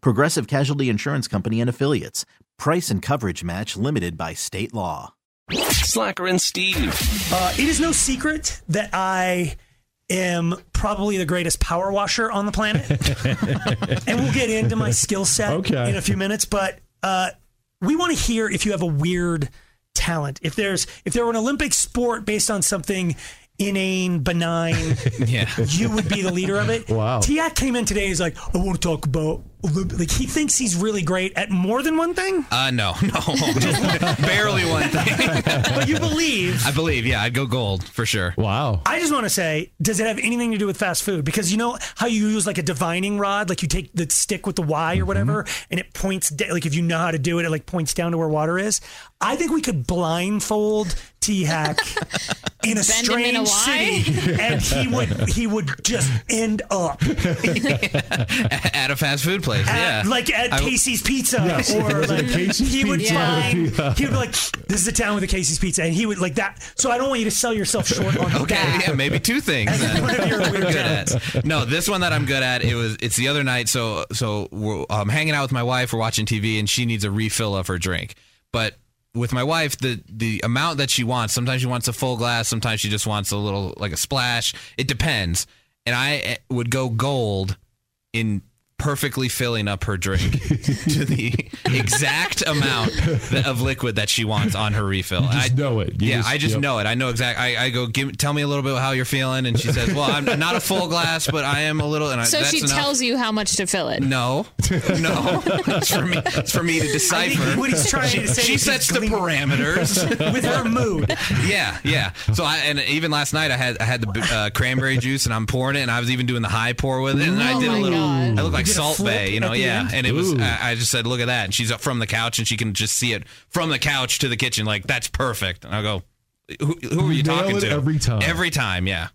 Progressive Casualty Insurance Company and Affiliates. Price and coverage match limited by state law. Slacker and Steve. Uh, it is no secret that I am probably the greatest power washer on the planet. and we'll get into my skill set Okay. in a few minutes, but uh, we want to hear if you have a weird talent. If there's if there were an Olympic sport based on something inane, benign, Yeah. you would be the leader of it. Wow. Tiat came in today. He's like, I want to talk about Olymp-" like he thinks he's really great at more than one thing. Uh, no, no. Barely one thing. But you believe I believe, yeah, I'd go gold for sure. Wow. I just want to say, does it have anything to do with fast food? Because you know how you use like a divining rod, like you take the stick with the Y or Mm-hmm. whatever, and it points da- like if you know how to do it, it like points down to where water is. I think we could blindfold T Hack in a Bend him strange in a Y? city, and he would he would just end up At a fast food place, at, yeah. like at I- Casey's Pizza, Yes, if it or was at like, a Casey's he would Pizza, it find would he would be like, "This is a town with a Casey's Pizza," and he would like that. So I don't want you to sell yourself short on Okay, that. yeah, maybe two things. Then. One of your I'm weird good talents. at. No, this one that I'm good at. It was. It's the other night. So so we're um, hanging out with my wife. We're watching TV, and she needs a refill of her drink. But with my wife, the the amount that she wants. Sometimes she wants a full glass. Sometimes she just wants a little, like a splash. It depends. And I eh, would go gold in perfectly filling up her drink to the exact amount that- of liquid that she wants on her refill. You just know it. You yeah, just- I just yep. know it. I know exactly. I, I go, give, tell me a little bit how you're feeling, and she says, "Well, I'm not a full glass, but I am a little." Uh, And I, So that's she enough. tells you how much to fill it. No, no, it's for me. It's for me to I think decipher. what he's trying to say she is he's sets the gleaming. parameters. with her mood. yeah, yeah. So I and even last night I had I had the uh, cranberry juice and I'm pouring it and I was even doing the high pour with it and I Oh did a my little. God. I look like did a Salt flip Bay, you at know, the yeah. end? And it was Ooh. I, I just said, look at that, and she's up from the couch and she can just see it from the couch to the kitchen, like that's perfect. And I go, who, who are you You nail talking it to? every time. Every time, yeah.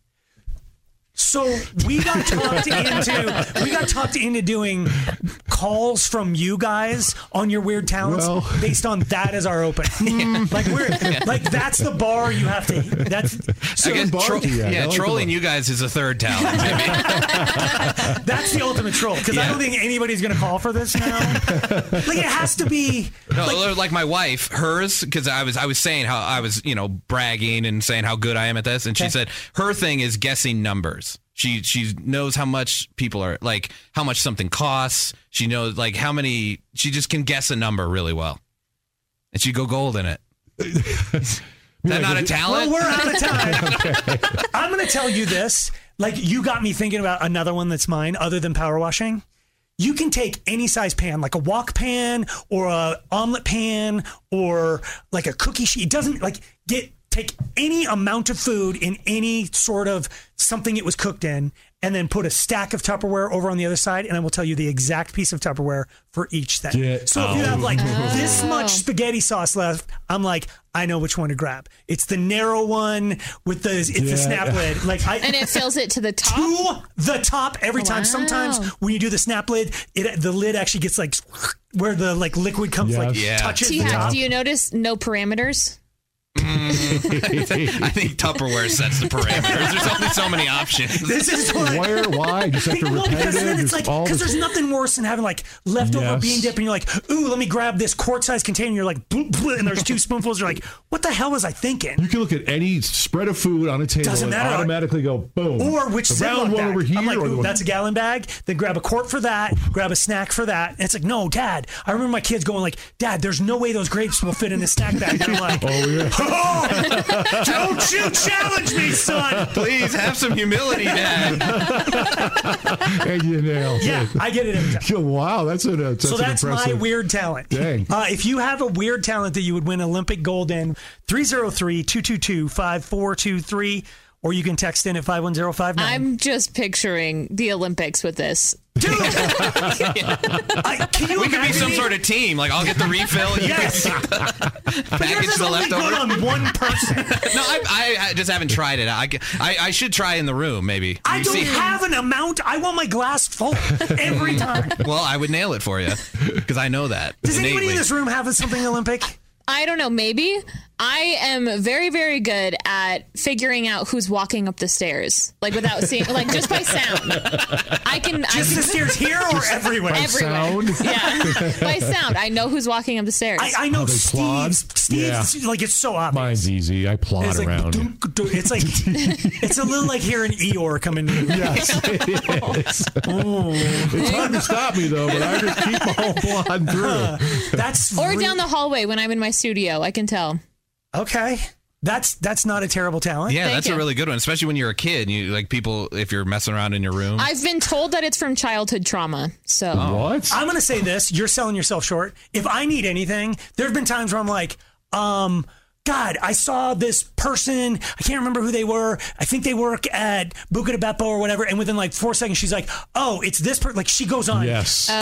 So we got talked into we got talked into doing calls from you guys on your weird talents Well. based on that as our open. Like we're like that's the bar you have to. That's so I guess bar tro- do you yeah, have? I like the trolling bar. you guys is a third talent. that's the ultimate troll because I Yeah. don't think anybody's gonna call for this now. Like it has to be. No, like, my wife, hers, because I was I was saying how I was you know bragging and saying how good I am at this, and she said her thing is guessing numbers. She she knows how much people are like how much something costs. She knows like how many. She just can guess a number really well, and she go gold in it. Is that not a Well, talent? we're out of time. I'm going to tell you this. Like, you got me thinking about another one that's mine other than power washing. You can take any size pan, like a wok pan or a omelet pan or like a cookie sheet. It doesn't like get take any amount of food in any sort of something it was cooked in and then put a stack of Tupperware over on the other side and I will tell you the exact piece of Tupperware for each thing. Get so if you have out. like this much spaghetti sauce left, I'm like, I know which one to grab. It's the narrow one with the it's the Yeah. snap lid. Like I And it fills it to the top. to the top every time. Wow. Sometimes when you do the snap lid, it the lid actually gets like where the like liquid comes like Yes. Yeah. touches T the top. Hack, do you notice no parameters? I think Tupperware sets the parameters. There's only so many options. This is what. Where? Why? Just after Well, because repetitive. then it's just like all because this- there's nothing worse than having like leftover Yes. bean dip, and you're like, ooh, let me grab this quart-sized container. You're like, bloop, bloop, and there's two spoonfuls. You're like, what the hell was I thinking? You can look at any spread of food on a table Doesn't and matter. automatically go boom. Or which the round Ziploc one bag? over here. I'm like, or the ooh, one- that's a gallon bag. Then grab a quart for that. Grab a snack for that. And it's like, no, Dad. I remember my kids going like, Dad, there's no way those grapes will fit in this snack bag. And I'm like, oh yeah. oh, don't you challenge me, son. Please have some humility, Dad. and you nail. Yeah, I get it every Yeah, time. Wow, that's an that's so an that's impressive. my weird talent. Dang. Uh, if you have a weird talent that you would win Olympic gold in, 303-222-5423, or you can text in at 51059. I'm just picturing the Olympics with this. Dude! I, can you We could be imagine some me- sort of team. Like I'll get the refill. You Yes. can But yours package is the only good leftover. on one person. No, I, I, I just haven't tried it. I, I, I should try in the room, maybe. I You don't see- have an amount. I want my glass full every time. Well, I would nail it for you because I know that. Does anybody in innately. this room have something Olympic? I don't know, maybe I am very, very good at figuring out who's walking up the stairs, like without seeing, like just by sound. I can, Is the I stairs here or everywhere? can, everywhere. sound? Yeah, by sound, I know who's walking up the stairs. I, I know they plod? Steve's. Steve's like it's so obvious. Mine's easy. I plod It's like, around. dunk, dunk. it's like it's a little like hearing Eeyore coming. Yes, it is. It's hard to stop me though, but I just keep on plodding through. That's or re- down the hallway when I'm in my studio, I can tell. okay. That's that's not a terrible talent. Yeah, Thank that's a you. really good one, especially when you're a kid. You like people if you're messing around in your room. I've been told that it's from childhood trauma. So Oh. What? I'm gonna say this: you're selling yourself short. If I need anything, there have been times where I'm like, um. God, I saw this person. I can't remember who they were. I think they work at Buca de Beppo or whatever. And within like four seconds, she's like, "Oh, it's this person." Like she goes on Yes. Oh,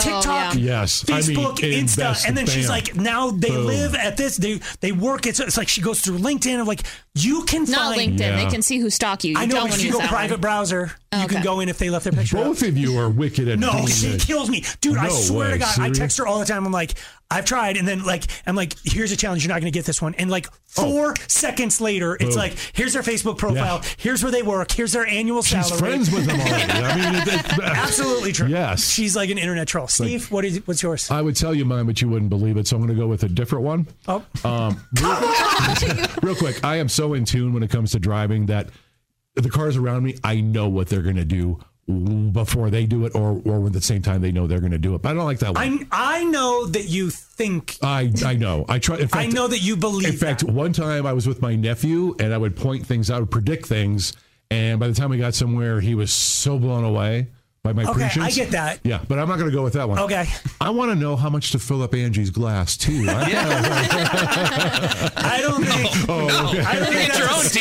yeah. TikTok, Yes. I mean, Facebook, in Insta, best and then she's bam. like, "Now they Boom. live at this. They they work." It's, it's like she goes through LinkedIn. I'm like, "You can not find LinkedIn. Yeah. They can see who stalk you. You I know don't but want if to you use go that privouter one. browser, you can okay. go in if they left their picture. up. Both of you are wicked at No, doing she this. kills me, dude. I No swear way, to God, I serious? text her all the time. I'm like, I've tried, and then like, I'm like, here's a challenge. You're not going to get this one. And like four seconds later, it's like, here's their Facebook profile. Oh. Yeah. Here's where they work. Here's their annual She's salary. friends with them already. I mean, it, it, Absolutely true. Yes. she's like an internet troll. Steve, what is what's yours? I would tell you mine, but you wouldn't believe it. So I'm going to go with a different one. Oh. Um, real, real quick, I am so in tune when it comes to driving that the cars around me, I know what they're going to do before they do it, or or at the same time they know they're going to do it. But I don't like that one. I I know that you think. I I know. I try. In fact, I know that you believe. in fact, that. one time I was with my nephew and I would point things out, predict things, and by the time we got somewhere, he was so blown away by my Okay, I predictions. get that. Yeah, but I'm not going to go with that one. Okay. I want to know how much to fill up Angie's glass too. I- I don't Oh, think. Oh, I don't think Get your own that's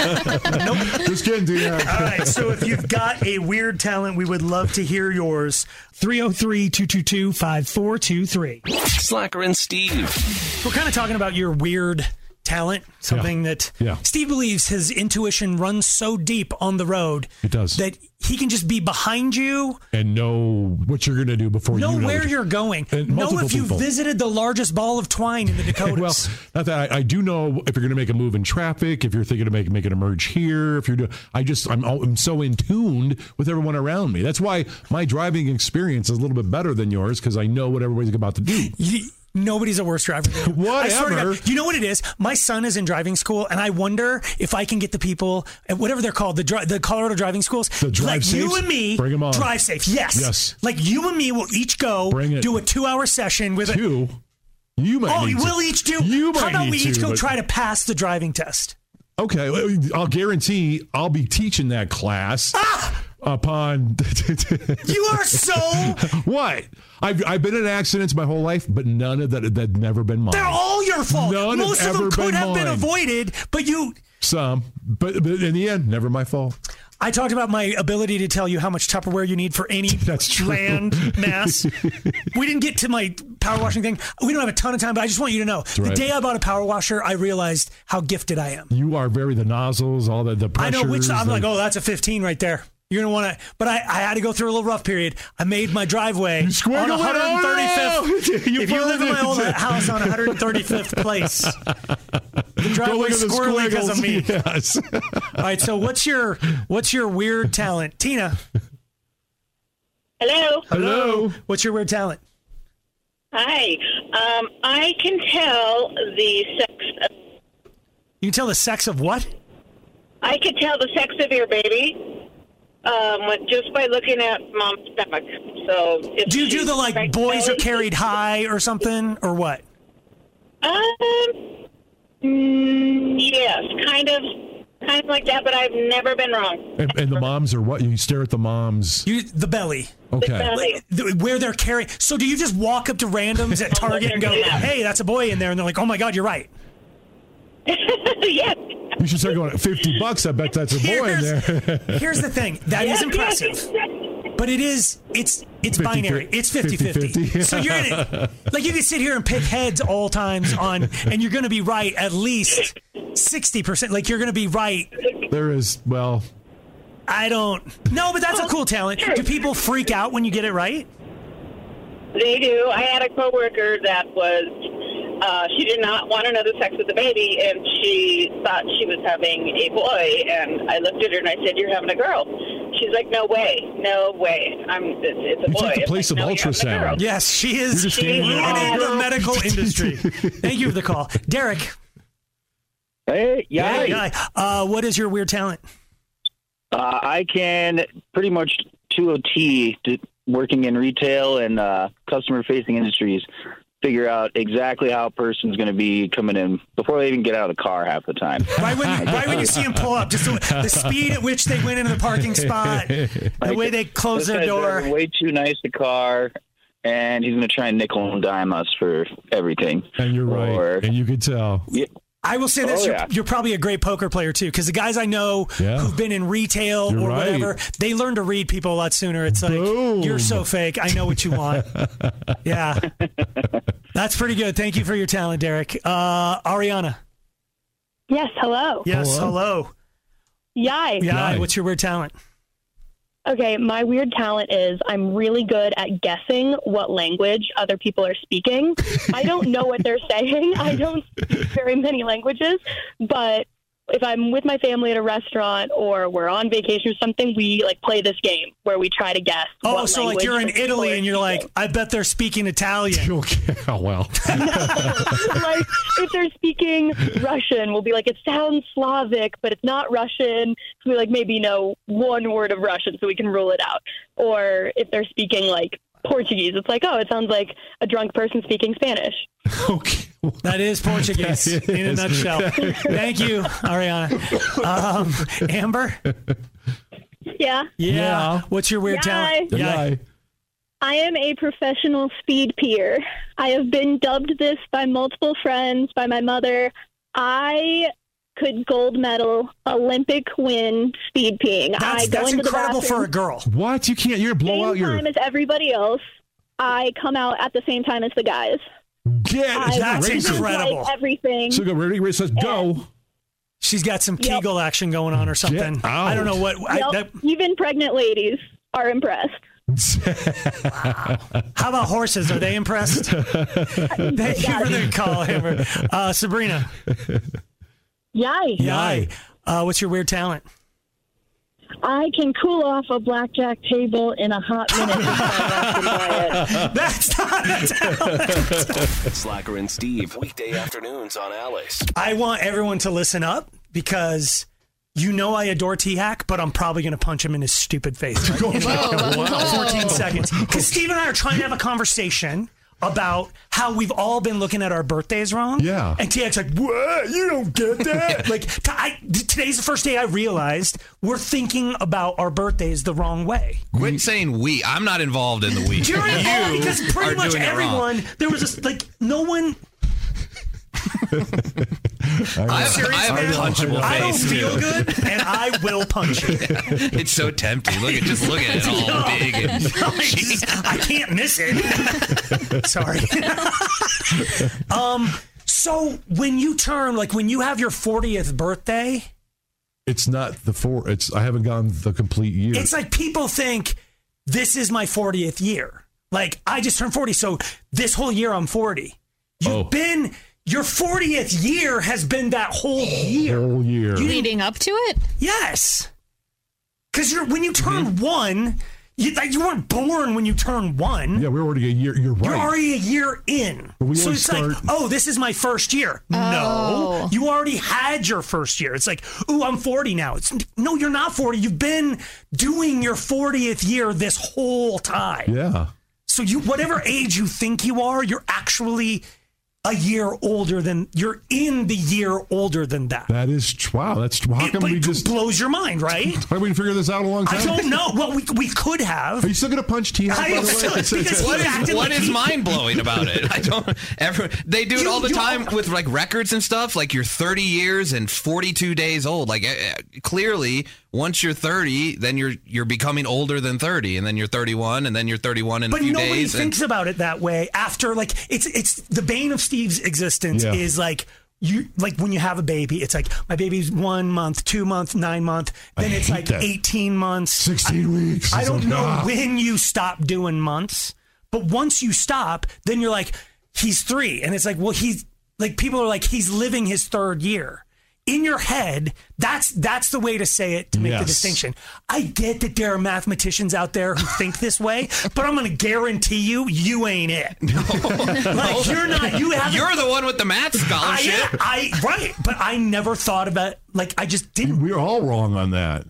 a teammate. Just kidding, dude. All right, so if you've got a weird talent, we would love to hear yours. 303 222 5423. Slacker and Steve. We're kind of talking about your weird talent, something that Yeah. Steve believes his intuition runs so deep on the road. It does. That he can just be behind you, and know what you're going to do before know you know where what you're going, And know multiple if you people. visited the largest ball of twine in the Dakotas. Well, not that I, I do know if you're going to make a move in traffic, if you're thinking to make make an emerge here, if you're doing, I just I'm all, I'm so in tuned with everyone around me. That's why my driving experience is a little bit better than yours because I know what everybody's about to do. You- nobody's a worse driver. Than you. I swear to God. Whatever. you know what it is? My son is in driving school, and I wonder if I can get the people, at whatever they're called, the dri- the Colorado driving schools, The drive like you safes? and me, Bring 'em on. drive safe. Yes, Yes. Like you and me will each go Bring it. do a two-hour session with a. You, you might. Oh, need we'll to- each do. You might How about need we each to, go but- try to pass the driving test? Okay, well, I'll guarantee I'll be teaching that class upon. Ah! You are so. what? I've I've been in accidents my whole life, but none of that that never been mine. They're all your fault. None have Most of them ever could been have been mine. avoided, but you. Some, but, but in the end, never my fault. I talked about my ability to tell you how much Tupperware you need for any That's true. land mass. we didn't get to my power washing thing. We don't have a ton of time, but I just want you to know the right. day I bought a power washer, I realized how gifted I am. You are very the nozzles, all the the I pressures. know which I'm the- like, oh, that's a 15 right there. You're gonna want to, but I, I had to go through a little rough period. I made my driveway You squiggled on it. Oh, 135th. no! You if you live in my farted. old house on 135th place, The driveway's Don't squirrely look at the because of me. squiggles. Yes. All right, so what's your what's your weird talent, Tina? Hello. Hello. What's your weird talent? Hi. Um, I can tell the sex. You can tell the sex of what? I can tell the sex of your baby, um, with- just by looking at mom's stomach. So. If Do you do she's the like right boys are belly- carried high or something or what? Um. mm, Yes, kind of, kind of like that. But I've never been wrong. And, and the moms are what? You stare at the moms. You the belly. Okay. belly. Like, th- Where they're carrying. So do you just walk up to randoms at Target and go, "Hey, that's a boy in there," and they're like, "Oh my God, you're right." yes. You should start going at 50 bucks. I bet that's a boy in Here's- there. Here's the thing that is Yes, impressive, yes, but it is it's it's 50-50. binary. It's 50-50. 50-50. So you're gonna, like you can sit here and pick heads all times on, and you're going to be right at least sixty percent. Like you're going to be right. There is, well, I don't. No, but that's a cool talent. Do people freak out when you get it right? They do. I had a coworker that was, uh, she did not want another sex with the baby, and she thought she was having a boy. And I looked at her and I said, "You're having a girl." She's like, "No way, no way. I'm. It's, it's a You boy." take the It's place like, of "No, you're having a girl." ultrasound. Yes, she is just standing there like ruining a the girl. medical industry. Thank you for the call, Derek. Hey, yeah. Hey, guy. Uh, what is your weird talent? Uh, I can pretty much to a T, d- working in retail and uh, customer facing industries, figure out exactly how a person's going to be coming in before they even get out of the car half the time. Right when you, right when you see them pull up, just the, the speed at which they went into the parking spot, the way they close This their guy's door. driving Way too nice a car, and he's going to try and nickel and dime us for everything. and you're right. Or- and you could tell. I will say this: Oh, you're, yeah. you're probably a great poker player too, because the guys I know Yeah. who've been in retail You're or right. whatever, they learn to read people a lot sooner. It's like Boom. you're so fake. I know what you want. yeah, that's pretty good. Thank you for your talent, Derek. Uh, Ariana, Yes, hello. yes, hello. Yai. Yeah, Nice. what's your weird talent? Okay, my weird talent is I'm really good at guessing what language other people are speaking. I don't know what they're saying. I don't speak very many languages, but if I'm with my family at a restaurant or we're on vacation or something, we like play this game where we try to guess. Oh, what so like language you're in other people Italy are and you're like, speaking. I bet they're speaking Italian. Okay. Oh, well. like if they're speaking Russian, we'll be like, it sounds Slavic, but it's not Russian. So we like maybe know one word of Russian so we can rule it out. Or if they're speaking like Portuguese, it's like, oh, it sounds like a drunk person speaking Spanish. okay. That is Portuguese That in a is. nutshell. Thank you, Ariana. Um, Amber, Yeah. yeah. Yeah. What's your weird Yay. talent? Yeah. I am a professional speed peer. I have been dubbed this by multiple friends, by my mother. I could gold medal Olympic win speed peeing. That's, I go that's into the incredible for bathroom- a girl. What? You can't. You're gonna blow same out your. time as everybody else. I come out at the same time as the guys. Get. I That's lose, incredible. Like, everything. So go ready, race. Let's go. She's got some Yep. Kegel action going on or something. I don't know what. I, Yep, that, Even pregnant ladies are impressed. how about horses? Are they impressed? Thank you for the call, Amber. Uh, Sabrina, Yay. yay. Uh, what's your weird talent? I can cool off a blackjack table in a hot minute. That's not a Slacker and Steve, weekday afternoons on Alice. I want everyone to listen up because you know I adore T Hack, but I'm probably going to punch him in his stupid face right in like Whoa. 14 seconds. Because Steve and I are trying to have a conversation about how we've all been looking at our birthdays wrong. Yeah. And T Hack's like, what? You don't get that? like, t- I, t- today's the first day I realized we're thinking about our birthdays the wrong way. Quit saying we. I'm not involved in the we. You're involved because pretty are much doing it wrong. everyone, there was just like, no one. I have, Serious, I have man? a punchable I don't face. feel too. good, and I will punch you. It's so tempting. Look at just look at it all big. And, Just- I can't miss it. Sorry. um. So when you turn, like when you have your 40th birthday, It's not the four. It's I haven't gone the complete year. it's like people think this is my 40th year. Like I just turned 40, so this whole year I'm 40. You've Oh. been Your 40th year has been that whole year. Whole year. leading up to it. Yes. Because you're when you turn Mm-hmm. one, you, like, you weren't born when you turn one. Yeah, we're already a year. You're right. You're already a year in. But we so always it's like, start- oh, this is my first year. Oh. No, you already had your first year. It's like, ooh, I'm 40 now. It's no, you're not 40. You've been doing your 40th year this whole time. yeah. So you, whatever age you think you are, you're actually a year older than you're in the year older than that. That is tr- wow. That's tr- how It- come but we it just blows your mind, right? how come we didn't figure this out a long time? I don't know. Well, we, we could Are have. you still gonna punch T? I am still- because What he acted is, what like is he- mind blowing about it? I don't ever. They do it You- all the you- time with like records and stuff. Like you're 30 years and 42 days old. Like eh, eh, clearly, once you're 30, then you're you're becoming older than 30, and then you're 31, and then you're 31 in But a few nobody days. and- thinks about it that way. After like it's it's the bane of Steve's existence Yeah. is like you like when you have a baby. It's like my baby's one month, two month, nine month. Then it's hate like that. eighteen months. Sixteen weeks. I It's don't like, know ah. when you stop doing months, but once you stop, then you're like, he's three. And it's like, well, he's like, people are like, he's living his third year. In your head, that's that's the way to say it to make the Yes. distinction. I get that there are mathematicians out there who think this way, but I'm gonna guarantee you, you ain't it. like you're not. You haven't. You're the one with the math scholarship. I, I right, but I never thought about. Like I just didn't We're all wrong on that.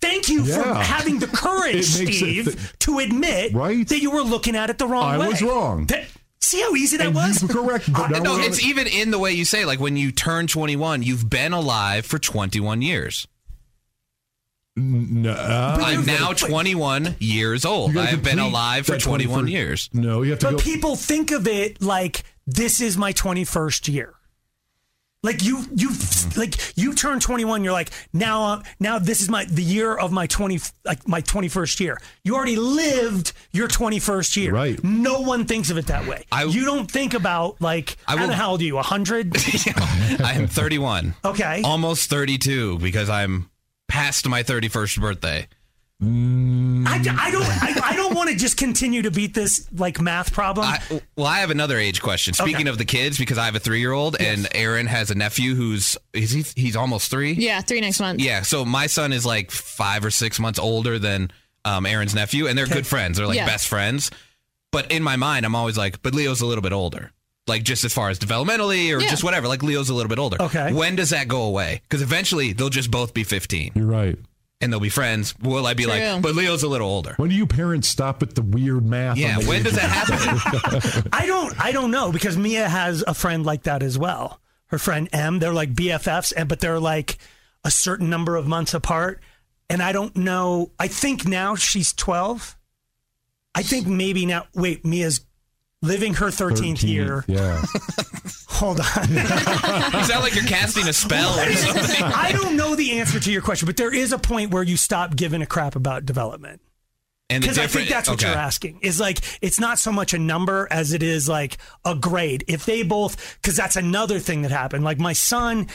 Thank you for Yeah. having the It courage, makes it Steve, th- to admit Right? that you were looking at it the wrong I way. was wrong. That- see how easy that And was? you were correct, but I- now No, we're- it's even in the way you say. Like when you turn 21, you've been alive for 21 years. N- No, uh, I'm now 21 years old. You gotta I've been complete alive for that 21 21st years. no, you have to but go. people think of it like this is my 21st year. Like you, you, like you turn 21. You're like now, uh, now this is my the year of my 20, like my 21st year. You already lived your 21st year. Right. No one thinks of it that way. I- you don't think about like I, I don't will- know how old are you? 100. I am 31, Okay. almost 32 because I'm past my 31st birthday. I, I don't I, I don't want to just continue to beat this like math problem. I, well, I have another age question. Speaking Okay. of the kids, because I have a three-year-old and Aaron has a nephew who's is he, he's almost three. Yeah, three next month. Yeah, so my son is like five or six months older than um, Aaron's nephew, and they're good friends. They're like Yeah. best friends. But in my mind, I'm always like, but Leo's a little bit older. Like just as far as developmentally or Yeah. just whatever. Like Leo's a little bit older. Okay. When does that go away? Because eventually they'll just both be 15 You're right. and they'll be friends. Will I be True. like, but Leo's a little older? When do you parents stop at the weird math? Yeah. on the When age does of- that happen? I don't I don't know because Mia has a friend like that as well. Her friend M, they're like BFFs and but they're like a certain number of months apart and I don't know. I think now she's 12. I think maybe now wait, Mia's living her 13th, 13th, year. Yeah. Hold on. you sound like you're casting a spell or something. I don't know the answer to your question, but there is a point where you stop giving a crap about development. And the Because I think different- that's what you're okay. asking. Is like it's not so much a number as it is like a grade. If they both, because that's another thing that happened. Like my son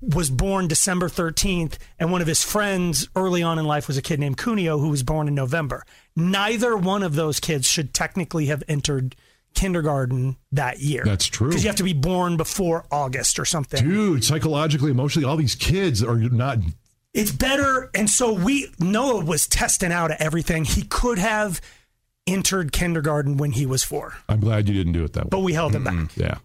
was born December 13th, and one of his friends early on in life was a kid named Cuneo who was born in November. Neither one of those kids should technically have entered kindergarten that year. That's true. Because you have to be born before August or something. Dude, psychologically, emotionally, all these kids are not. it's better. And so we Noah was testing out at everything. He could have entered kindergarten when he was four, I'm glad you didn't do it that way. but we held him back. yeah.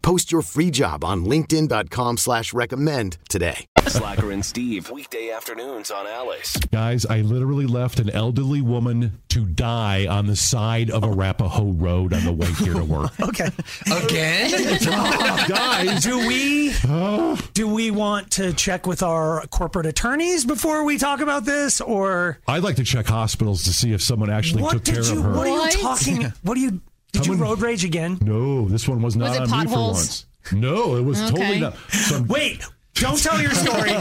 Post your free job on linkedin.com/recommend slash recommend today. Slacker and Steve, weekday afternoons on Alice. Guys, I literally left an elderly woman to die on the side of Arapahoe Road on the way here to work. Okay. Again? guys, do we do we want to check with our corporate attorneys before we talk about this, or I'd like to check hospitals to see if someone actually what took care did you? of her. What are you talking? What are you? Did you road rage again? No, this one was not Was it on Uh, me for potholes? once. No, it was totally Okay. not. Wait, don't tell your story.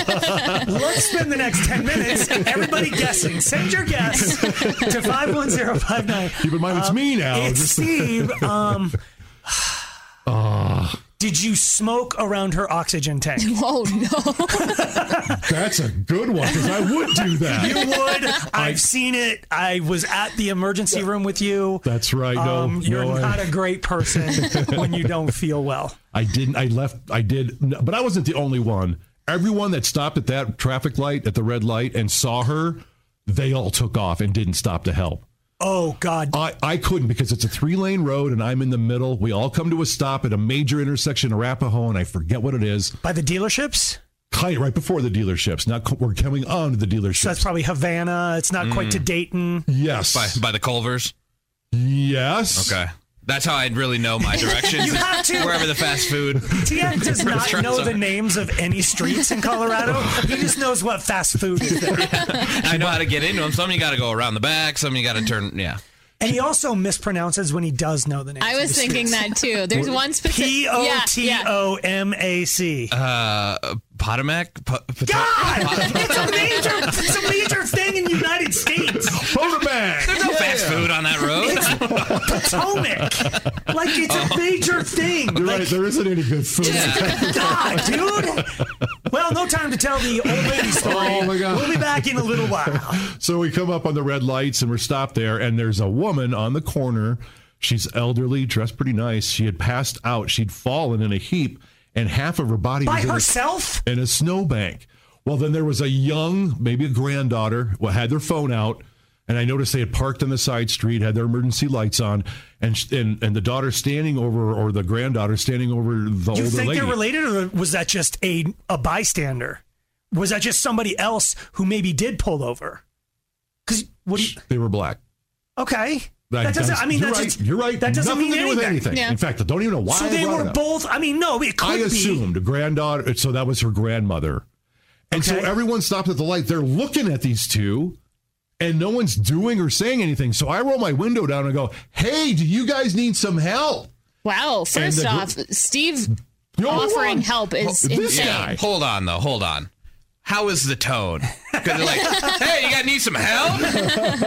Let's spend the next 10 minutes, everybody guessing. Send your guess to 51059. Keep in mind, it's Um, me now. It's Just- Steve. Um, Ah, did you smoke around her oxygen tank? Oh, no. that's a good one because I would do that. You would. I've seen it. I was at the emergency room with you. That's right. No, Um, you're no, I- not a great person when you don't feel well. I didn't. I left. I did, no, but I wasn't the only one. Everyone that stopped at that traffic light at the red light and saw her, they all took off and didn't stop to help. Oh God! I, I couldn't because it's a three lane road and I'm in the middle. We all come to a stop at a major intersection, Arapahoe, and I forget what it is. By the dealerships. Kind right before the dealerships. Not co- we're coming on to the dealerships. Mm. So that's probably Havana. It's not quite to Dayton. Yes. By, by the Culvers. Yes. Okay. That's how I'd really know my directions. You is have to. Wherever the fast food. TM does not restaurants know are. the names of any streets in Colorado. He just knows what fast food is there. I know how to get into them. Some you got to go around the back. Some you got to turn. Yeah. And he also mispronounces when he does know the names. I was thinking that too. There's one specific. P O T O M A C. Uh-huh. Uh, Potomac. Po- Pot- God! It's a major, it's a major thing in the United States. Potomac. There's no fast food on that road. It's Potomac. Like it's Oh. a major thing. You're Like, right. There isn't any good food. God, dude. Well, no time to tell the old lady story. Oh, my God. We'll be back in a little while. So we come up on the red lights and we're stopped there, and there's a woman on the corner. She's elderly, dressed pretty nice. She had passed out. She'd fallen in a heap, and half of her body By was in a- herself? in a snowbank. Well, then there was a young, maybe a granddaughter, who had their phone out, and I noticed they had parked on the side street, had their emergency lights on, and sh- and, and the daughter standing over, or the granddaughter standing over the older You think lady. they're related, or was that just a a bystander? Was that just somebody else who maybe did pull over? Because what? do you- they were black. okay, That that, doesn't. does- I mean, you're that's right, just- you're right. That doesn't Nothing mean to do with anything. anything. In fact, I don't even know why so I they brought were it up. both. I mean, no, it could I be. assumed granddaughter. So that was her grandmother. And so Okay. everyone stopped at the light. They're looking at these two, and no one's doing or saying anything. So I roll my window down and go, "Hey, do you guys need some help?" Wow. First the gr- off, Steve You're offering wrong. help is Well, this insane. guy. Hold on, though. Hold on. How is the tone? Because they're like, hey, you got need some help?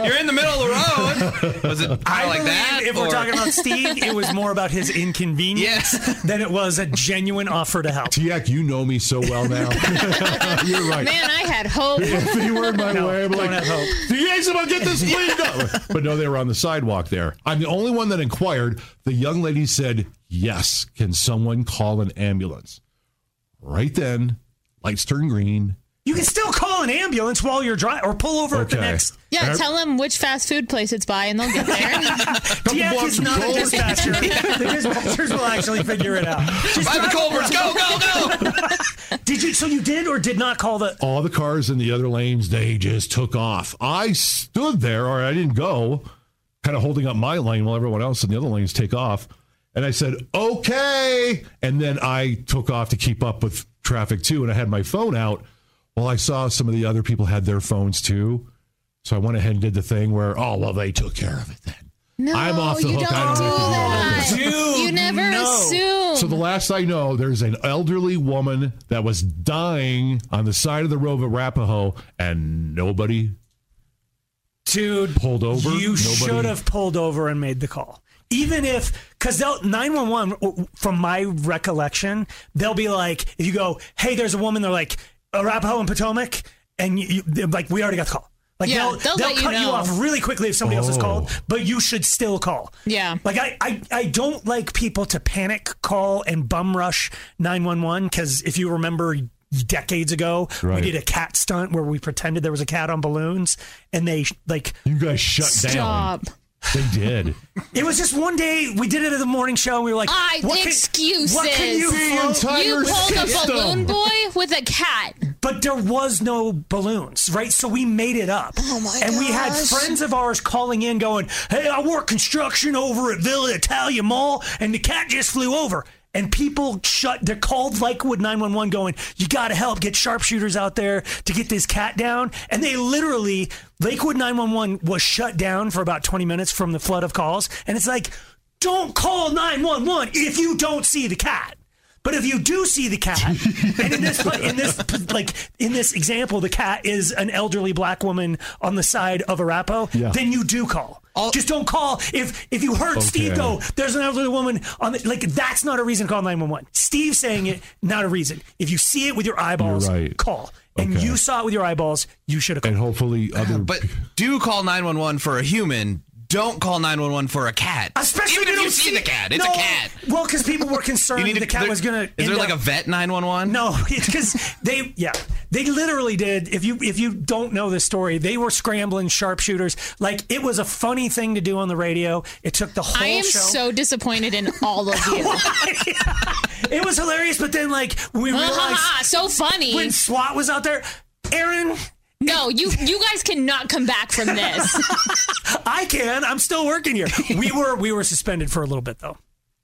You're in the middle of the road. Was it kinda I like believe that? if or- we're talking about Steve, it was more about his inconvenience than it was a genuine offer to help. Tiak, you know me so well now. You're right. Man, I had hope. If you were in my No, way, I'm don't like, have hope. do you guys about get this cleaned up? But no, they were on the sidewalk there. I'm the only one that inquired. The young lady said, yes, can someone call an ambulance? Right then, lights turn green. You can still call an ambulance while you're driving, or pull over at the Okay. next. Yeah, Ev- tell them which fast food place it's by, and they'll get there. Diak is not a dispatcher. The dispatchers will actually figure it out. Just By the drive Culvers. Go, around. go, go. Did you? So you did or did not call the? All the cars in the other lanes, they just took off. I stood there, or I didn't go, kind of holding up my lane while everyone else in the other lanes take off. And I said, okay. And then I took off to keep up with traffic too. And I had my phone out. Well, I saw some of the other people had their phones too. So I went ahead and did the thing where, oh, well, they took care of it then. No, I'm off the you hook. don't I don't do have to do all that. this. you never assume. So the last I know, there's an elderly woman that was dying on the side of the road at Arapahoe, and nobody Dude, pulled over. You Nobody- should have pulled over and made the call. Even if, because they'll 911, from my recollection, they'll be like, if you go, hey, there's a woman, they're like, Arapaho and Potomac, and you, you, they're like we already got the call. Like Yeah, they'll, they'll they'll, let you cut you, know. off really quickly if somebody else has Oh. called, but you should still call. Yeah. Like I, I, I don't like people to panic call and bum rush 911 because if you remember decades ago, we Right. did a cat stunt where we pretended there was a cat on balloons and they like you guys shut down. They did. It was just one day we did it at the morning show and we were like, Ah, what excuses. Can, what can you float? you pulled a balloon boy with a cat. But there was no balloons, right? So we made it up. Oh my And we had gosh. friends of ours calling in going, Hey, I work construction over at Villa Italia Mall and the cat just flew over. And people shut they called Lakewood 911 going, You gotta help, get sharpshooters out there to get this cat down. And they literally Lakewood 911 was shut down for about 20 minutes from the flood of calls. And it's like, don't call 911 if you don't see the cat. But if you do see the cat, and in this in this like in this example, the cat is an elderly black woman on the side of Arapaho, then you do call. Just don't call if if you heard Steve Okay. go. There's an elderly woman on the, like that's not a reason to call 911. Steve saying it, not a reason. If you see it with your eyeballs, You're right. call. And you saw it with your eyeballs, you should have. And hopefully, other but do call 911 for a human. Don't call 911 for a cat. Especially Even if you if you don't see see- the cat, it's No, a cat. Well, because people were concerned You need to- the cat there- was gonna. is there end like up- a vet 911? No, because they yeah they literally did. If you if you don't know this story, they were scrambling sharpshooters. Like it was a funny thing to do on the radio. It took the whole I am show. so disappointed in all of you. it was hilarious, but then like when we Ah, ha, realized ha, so funny. when SWAT was out there. Aaron, No, you you guys cannot come back from this. I can. I'm still working here. We were we were suspended for a little bit though.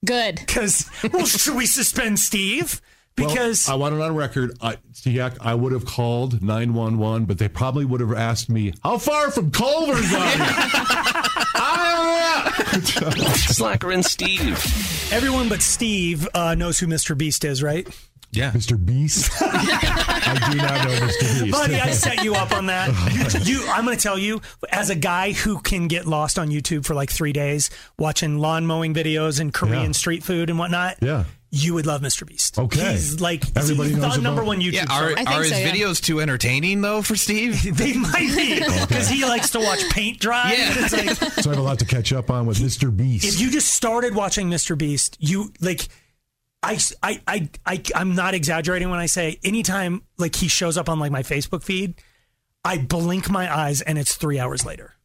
Good. Because well, should we suspend Steve? Well, Because I want it on record, I, Tiak, I would have called 911, but they probably would have asked me, how far from Culver's are you? Slacker and Steve. everyone but Steve uh, knows who Mr. Beast is, right? Yeah. Mr. Beast. I do not know Mr. Beast. Buddy, I set you up on that. You, you- I'm going to tell you, as a guy who can get lost on YouTube for like three days watching lawn mowing videos and Korean Yeah. street food and whatnot. Yeah. You would love Mr. Beast. Okay. He's like Everybody he's knows the about- number one YouTube. Yeah, are, star. are his videos too entertaining though for Steve? They might be because he likes to watch paint dry. Yeah. It's like, so I have a lot to catch up on with Mr. Beast. if you just started watching Mr. Beast, you like. I, I, I, I, I'm not exaggerating when I say anytime like he shows up on like my Facebook feed, I blink my eyes and it's three hours later.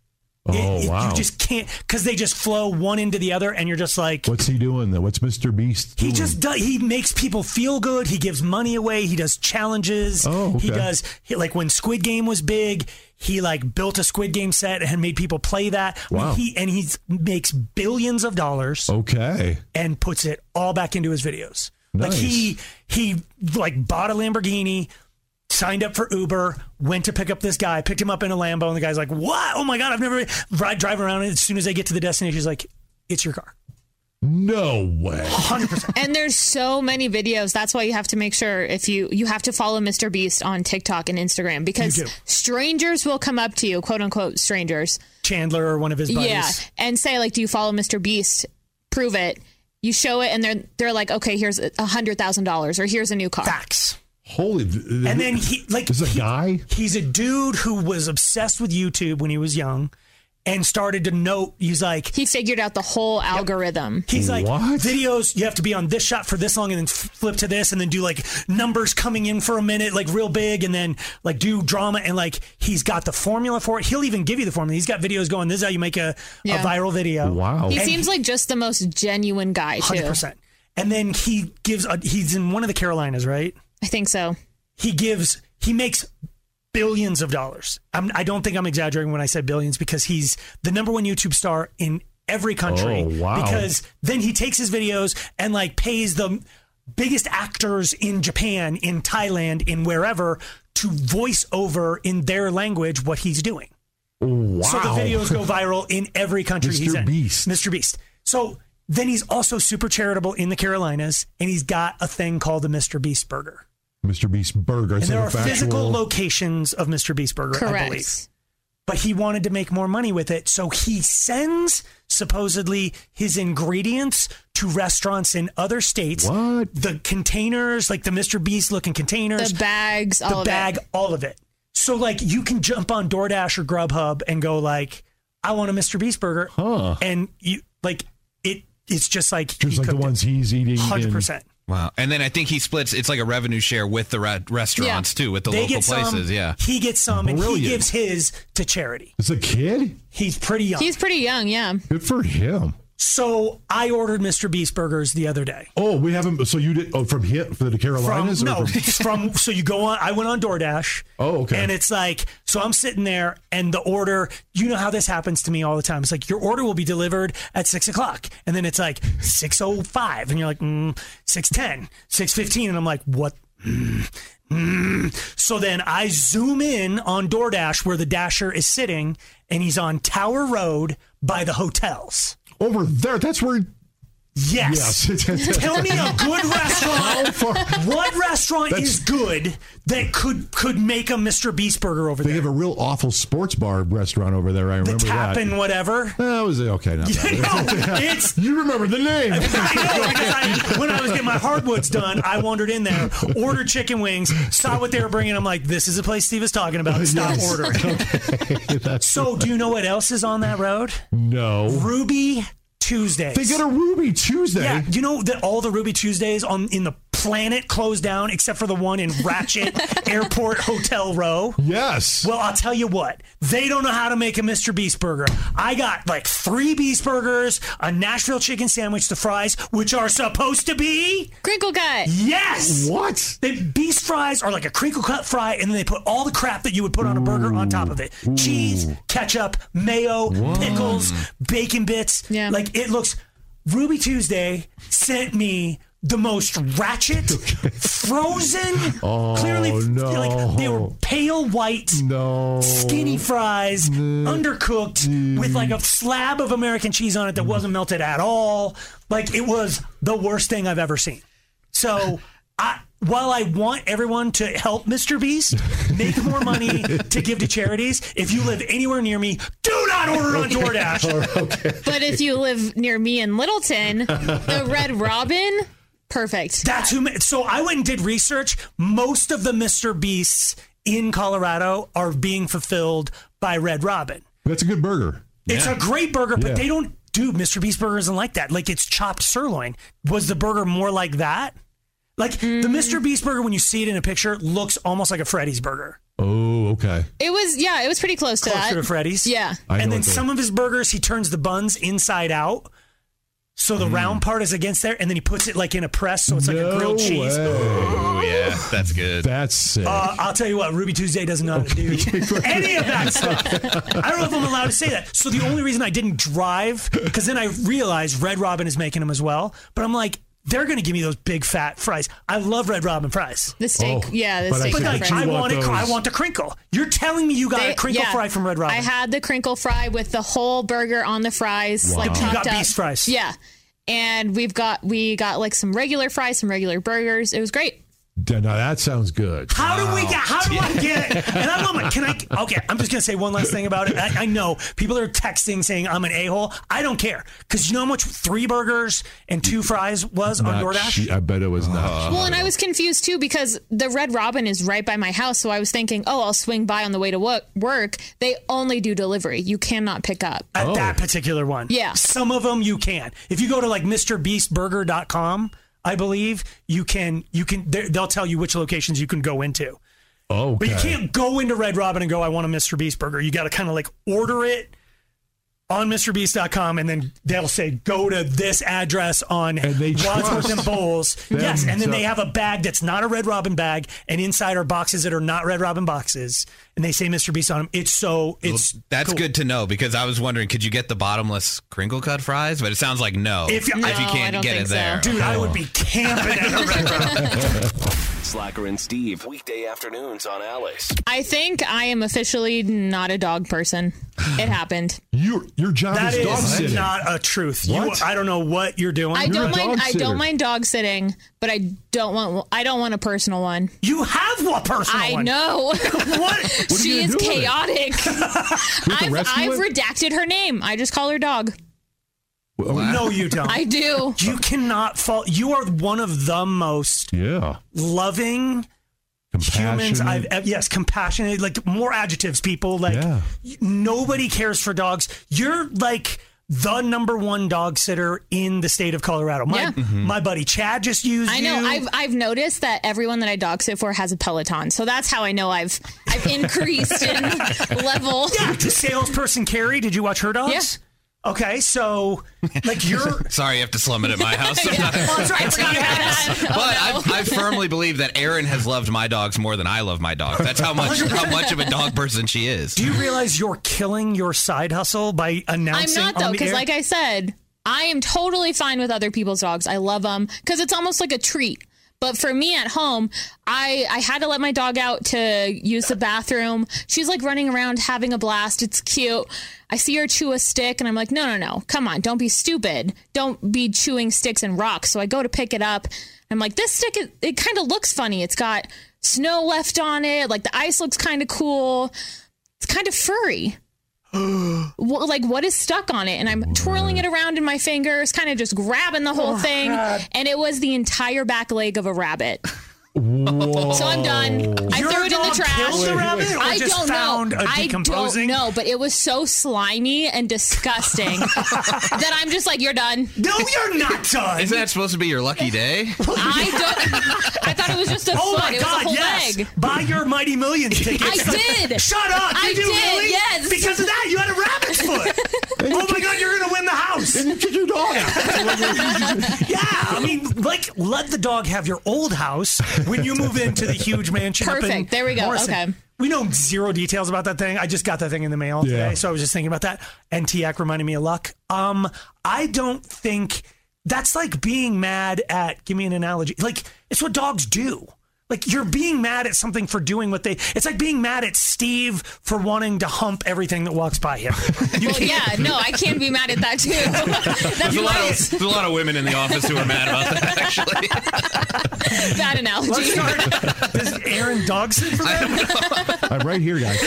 oh, It- wow. You just can't because they just flow one into the other, and you're just like What's he doing, though? What's Mr. Beast he doing? just does, he makes people feel good. He gives money away. He does challenges. Oh, he okay. does he, like when Squid Game was big. He like built a Squid Game set and made people play that. I mean, Wow. he and he makes billions of dollars Okay. and puts it all back into his videos. Like Nice. he he like bought a Lamborghini, signed up for Uber, went to pick up this guy, picked him up in a Lambo, and the guy's like, "What? Oh my god, I've never ride drive around." And as soon as they get to the destination, he's like, "It's your car." No way. And there's so many videos. That's why you have to make sure if you you have to follow Mr. Beast on TikTok and Instagram because You do. strangers will come up to you, quote unquote strangers. Chandler or one of his buddies. Yeah, and say like, "Do you follow Mr. Beast? Prove it." You show it, and they're they're like, "Okay, here's a hundred thousand dollars, or here's a new car." Facts. Holy. And then he like This is a he- guy? He's a dude who was obsessed with YouTube when he was young, and started to note. He's like, He figured out the whole algorithm. He's like videos. You have to be on this shot for this long, and then f- flip to this, and then do like numbers coming in for a minute, like real big, and then like do drama. And like he's got the formula for it. He'll even give you the formula. He's got videos going. This is how you make a, Yeah. a viral video. Wow, He seems like just the most genuine guy, too. hundred percent. And then he gives. A, he's in one of the Carolinas, right? I think so. He gives. He makes billions of dollars. I'm, I don't think I'm exaggerating when I said billions because he's the number one YouTube star in every country. Oh, wow. Because then he takes his videos and like pays the biggest actors in Japan, in Thailand, in wherever to voice over in their language what he's doing. Wow. So the videos go viral in every country Mr. he's in. Beast. Mr. Beast. So then he's also super charitable in the Carolinas, and he's got a thing called the Mr. Beast Burger. Mr. Beast Burger. and Is that there a are physical factual- locations of Mr. Beast Burger, I Correct. believe. But he wanted to make more money with it, so he sends supposedly his ingredients to restaurants in other states. What? The containers, like the Mr. Beast looking containers, The bags, the all of it. bag, all of it. So like you can jump on DoorDash or Grubhub and go like, I want a Mr. Beast burger, and you like it. It's just like just like the ones he's eating. Hundred percent. Wow. And then I think he splits. It's like a revenue share with the re- restaurants too, with the They local get some, places. yeah. He gets some, and he Brilliant. gives his to charity. It's a kid. He's pretty young. He's pretty young, yeah. Good for him. So I ordered Mr. Beast burgers the other day. Oh, we haven't. So you did. Oh, from here, for the Carolinas. From, or no, from- from so you go on. I went on DoorDash. Oh, okay. And it's like so I'm sitting there, and the order. You know how this happens to me all the time. It's like your order will be delivered at six o'clock, and then it's like six o five, and you're like mm, six ten, six fifteen, and I'm like what. Mm, mm. So then I zoom in on DoorDash where the Dasher is sitting, and he's on Tower Road by the hotels. Over there, that's where. Yes. Yes. Tell me a good How far- restaurant. what restaurant That's- is good that could could make a Mr. Beast burger over They have a real awful sports bar restaurant over there. I the remember tap that. and whatever? That was okay. Not bad. No, it's you remember the name. when I was getting my hardwoods done, I wandered in there, ordered chicken wings, saw what they were bringing. I'm like, this is the place Steve is talking about. Stop Yes. ordering. So, do you know what else is on that road? No. Ruby Tuesdays. They got a Ruby Tuesday. Yeah, you know that all the Ruby Tuesdays on in the planet closed down except for the one in Ratchet Airport Hotel Row. Yes. Well, I'll tell you what. They don't know how to make a Mr. Beast burger. I got like three Beast burgers, a Nashville chicken sandwich, the fries, which are supposed to be crinkle cut. Yes. What? The Beast fries are like a crinkle cut fry, and then they put all the crap that you would put on a burger on top of it: cheese, ketchup, mayo, pickles, bacon bits. Yeah. Like it looks. Ruby Tuesday sent me the most ratchet, frozen, Oh, clearly no. like they were pale white, no. skinny fries, undercooked with like a slab of American cheese on it that wasn't melted at all. Like it was the worst thing I've ever seen. So I while I want everyone to help Mr. Beast make more money to give to charities, if you live anywhere near me, do not order on DoorDash. But if you live near me in Littleton, the Red Robin, perfect. That's who. ma- So I went and did research. Most of the Mr. Beasts in Colorado are being fulfilled by Red Robin. That's a good burger. It's a great burger, but Yeah. they don't do Mr. Beast burger isn't like that. Like it's chopped sirloin. Was the burger more like that? Like the Hmm. Mr. Beast burger, when you see it in a picture, looks almost like a Freddy's burger. Oh, okay. It was yeah, it was pretty close to Closer that. to Freddy's. Yeah. I know and then what they- some of his burgers, he turns the buns inside out. So Hmm. the round part is against there, and then he puts it like in a press, so it's like a grilled cheese. Oh, yeah. That's good. That's sick. Uh, I'll tell you what, Ruby Tuesday doesn't know how to do any of that stuff. I don't know if I'm allowed to say that. So the only reason I didn't drive, because then I realized Red Robin is making them as well. But I'm like, they're going to give me those big fat fries. I love Red Robin fries. The steak, yeah, the Oh, but steak. like, fry. I want, it, I want the crinkle. You're telling me you got They- a crinkle yeah. fry from Red Robin. I had the crinkle fry with the whole burger on the fries, Wow. like You chopped got up. beast fries. Yeah, and we've got we got like some regular fries, some regular burgers. It was great. Yeah, Now that sounds good. How do we get? How do I get it? And I'm a- can I? Okay, I'm just gonna say one last thing about it. I, I know people are texting saying I'm an a hole. I don't care because you know how much three burgers and two fries was on Not DoorDash. che- I bet it was not. Uh-huh. cheap. well, Oh, and I was confused too because the Red Robin is right by my house, so I was thinking, oh, I'll swing by on the way to wo- work. They only do delivery; you cannot pick up. At that particular one, Yeah. Some of them you can. If you go to like MrBeastBurger.com, I believe you can. You can. they- They'll tell you which locations you can go into. Oh, But you can't go into Red Robin and go, I want a Mr. Beast burger. You got to kind of like order it on MrBeast.com and then they'll say, go to this address on And they Wadsworth trust and Bowles. them Yes. And then to- they have a bag that's not a Red Robin bag and inside are boxes that are not Red Robin boxes. And they say Mr. Beast on them. It's so, it's, That's good to know because I was wondering, could you get the bottomless crinkle cut fries? But it sounds like no. If, No, you I can't don't get think it so. there, Dude, I Oh. would be camping at a Red Robin. Slacker and Steve, weekday afternoons on Alice. I think I am officially not a dog person. It happened. Your your job That is dog is sitting. not a truth. You, What? I don't know what you're doing. I don't mind. I don't mind dog sitting, but I don't want. I don't want a personal one. You have one personal I one. know. what? What are you she gonna is do with it? chaotic. to I've, rescue I've it? redacted her name. I just call her dog. Wow. No, you don't. I do. You cannot fault. You are one of the most yeah loving humans I've ev- yes compassionate. Like more adjectives, people. Like y- nobody cares for dogs. You're like the number one dog sitter in the state of Colorado. My Yeah. Mhm. my buddy Chad just used. I know. you. I've I've noticed that everyone that I dog sit for has a Peloton, so that's how I know I've I've increased in level. Yeah, the salesperson Carrie. Did you watch her dogs? Okay, so like you're Sorry, you have to slum it at my house. But Oh, I, I firmly believe that Erin has loved my dogs more than I love my dog. That's how much how much of a dog person she is. Do you realize you're killing your side hustle by I'm announcing? not on though, the because air? like I said, I am totally fine with other people's dogs. I love them because it's almost like a treat. But for me at home, I I had to let my dog out to use the bathroom. She's like running around having a blast. It's cute. I see her chew a stick, and I'm like, no, no, no, come on, don't be stupid. Don't be chewing sticks and rocks. So I go to pick it up. I'm like, this stick, it, it kind of looks funny. It's got snow left on it. Like the ice looks kind of cool. It's kind of furry. Wha- like what is stuck on it and i'm twirling it around in my fingers kind of just grabbing the whole Oh, thing God. and it was the entire back leg of a rabbit So I'm done. I I threw it in the trash. Wait, wait, rabbit wait. or I just don't found know. a I decomposing? don't know, but it was so slimy and disgusting that I'm just like, you're done. No, you're not done. Isn't that supposed to be your lucky day? I don't. I thought it was just a oh foot. my it was God, a whole yes. leg. Buy your Mighty Millions tickets. I did. Shut up. I Did you did, really? yes. Because of that, you had a rabbit's foot. oh my God, you're going to win the house. And you kick your dog out. yeah, I mean, like, let the dog have your old house when you move into the huge mansion. up in Perfect. There we go. Morrison. Okay. We know zero details about that thing. I just got that thing in the mail Yeah. today, so I was just thinking about that. And TAC reminded me of luck. Um, I don't think that's like being mad at. Give me an analogy. Like it's what dogs do. Like you're being mad at something for doing what they. It's like being mad at Steve for wanting to hump everything that walks by him. Well, yeah, no, I can be mad at that too. That's there's, a lot why of, there's a lot of women in the office who are mad about that. Actually, it's bad analogy. Let's start. Does Aaron Dogson for that? I'm right here, guys.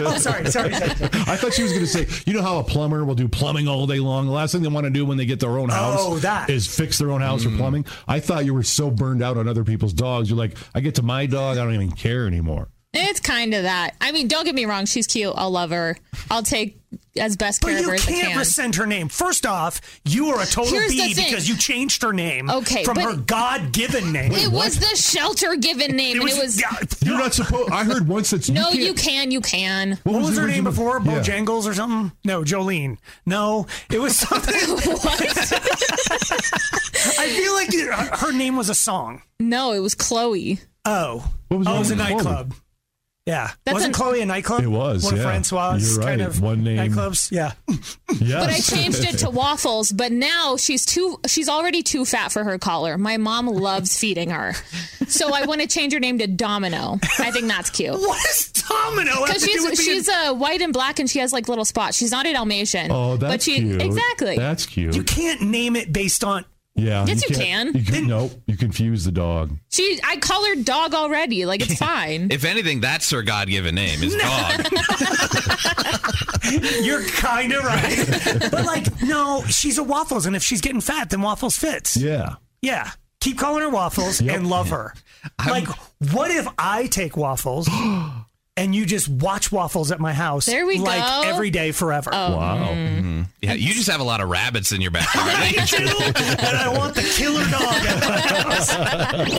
Oh, sorry, sorry, sorry. I thought she was going to say, you know how a plumber will do plumbing all day long. The last thing they want to do when they get their own house Oh, that. is fix their own house or plumbing. I thought you were so burned out on other people's dogs. You're like, I get to my dog, I don't even care anymore. It's kind of that. I mean, don't get me wrong. She's cute. I'll love her. I'll take as best But care of you her as I can't can. rescind her name. First off, you are a total Here's the B thing. because you changed her name Okay, from but- her God-given name. it was the shelter given name, and it was You're not supposed. I heard once that's no. can't- You, can. You can. What, was, her name before? Yeah. Bojangles or something? No, Jolene. No, it was something. I feel like it- her- her name was a song. No, it was Chloe. Oh, what was oh, it was a name before? nightclub. Yeah, That's wasn't an- Chloe a nightclub? It was, one yeah. of Francois' You're right. kind of One name. nightclubs. Yeah, Yes. But I changed it to waffles. But now she's too. She's already too fat for her collar. My mom loves feeding her, so I want to change her name to Domino. I think that's cute. What is Domino? have Because to do with she's being- she's uh, white and black, and she has like little spots. She's not a Dalmatian. Oh, that's but she, cute. Exactly. That's cute. you can't name it based on. yeah. Yes, you can't- can. You can nope. You confuse the dog. She, I call her dog already. Like it's fine. if anything, that's her God-given name is dog. You're kind of right, but like, no, she's a waffles, and if she's getting fat, then waffles fits. Yeah. Yeah. Keep calling her waffles and love her. Like, what if I take waffles and you just watch waffles at my house? There we like go. Oh. every day forever. Wow. Mhm. Yeah, you just have a lot of rabbits in your backyard. and I want the killer dog at my house.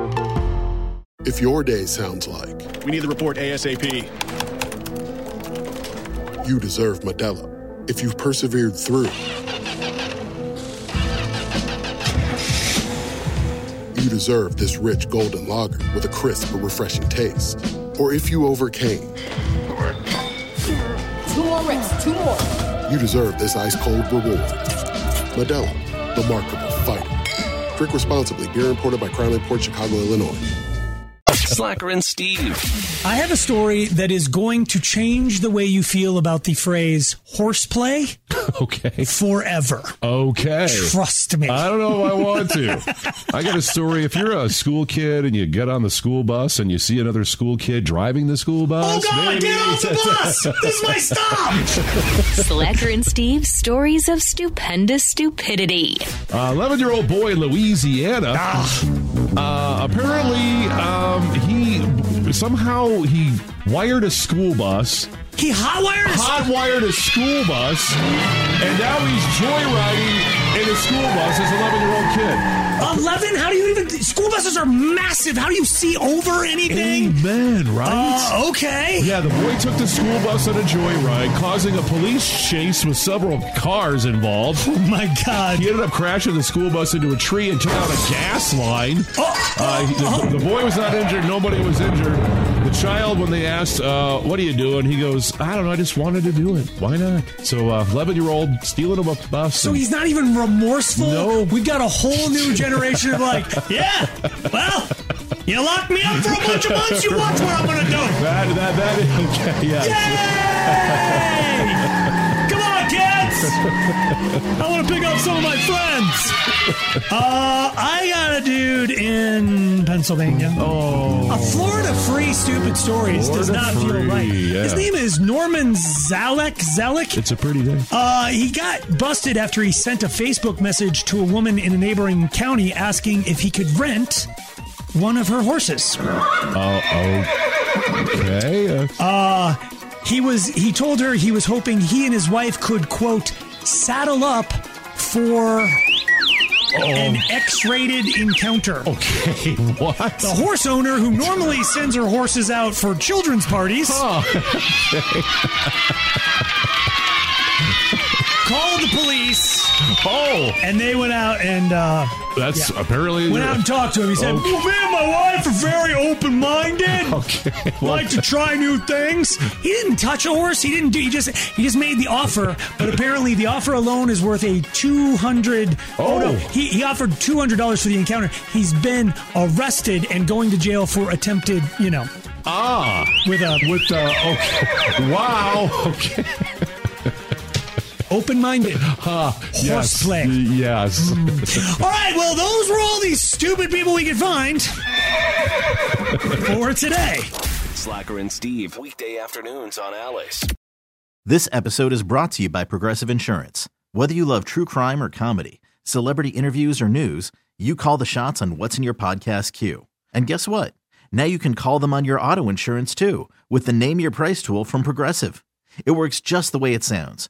If your day sounds like We need the report ASAP. you deserve Medella, if you've persevered through, you deserve this rich golden lager with a crisp but refreshing taste. Or if you overcame, Two more rips, two more. you deserve this ice cold reward. Medella, the mark of a fighter. Drink responsibly. Beer imported by Crown Port Chicago, Illinois. Slacker and Steve. I have a story that is going to change the way you feel about the phrase horseplay. Okay. Forever. Okay. Trust me. I don't know if I want to. I got a story. If you're a school kid and you get on the school bus and you see another school kid driving the school Oh, bus, maybe- Slacker and Steve's stories of stupendous stupidity. Eleven-year-old boy in Louisiana. Uh, apparently, um, he somehow he wired a school bus. He hotwired. Hotwired a school bus, and now he's joyriding in a school bus as an eleven-year-old kid. 11? How do you even. School buses are massive. How do you see over anything? Amen, right? Uh, okay. Yeah, the boy took the school bus on a joyride, causing a police chase with several cars involved. Oh my God! He ended up crashing the school bus into a tree and took out a gas line. Oh, Uh, he- the, the boy was not injured. Nobody was injured. The child, when they asked, uh, "What are you doing?" he goes, "I don't know. I just wanted to do it. Why not?" So, uh, eleven-year-old stealing a bu- bus. So he's not even remorseful. No, we've got a whole new generation of like, yeah. Well, you locked me up for a bunch of months. You watch what I'm gonna do. That that that is okay. Yeah. Yay! Come on, kids! I want to pick up some of my friends. Uh, I got a dude in Pennsylvania. Oh, a Florida free stupid stories does Florida not feel free, right. yeah. His name is Norman Zalek. Zalek. It's a pretty day. Uh, he got busted after he sent a Facebook message to a woman in a neighboring county asking if he could rent one of her horses. Uh, okay. Uh, he was. He told her he was hoping he and his wife could quote saddle up for an X-rated encounter. Oh. Okay, what? The horse owner who normally sends her horses out for children's parties. Called the police. Oh, and they went out and uh, That's yeah. apparently went out and talked to him. He said, Okay. "Well, me and my wife are very open-minded. okay, like to try new things." He didn't touch a horse. He didn't do. He just he just made the offer. But apparently, the offer alone is worth a two hundred. Oh. no, he he offered two hundred dollars for the encounter. He's been arrested and going to jail for attempted, you know, Ah, with a with the okay. Wow. Okay. Open-minded. Huh. yes. Ah, Horseplay. Yes. All right, well, those were all these stupid people we could find for today. Slacker and Steve. Weekday afternoons on Alice. This episode is brought to you by Progressive Insurance. Whether you love true crime or comedy, celebrity interviews or news, you call the shots on what's in your podcast queue. And guess what? Now you can call them on your auto insurance too with the Name Your Price tool from Progressive. It works just the way it sounds.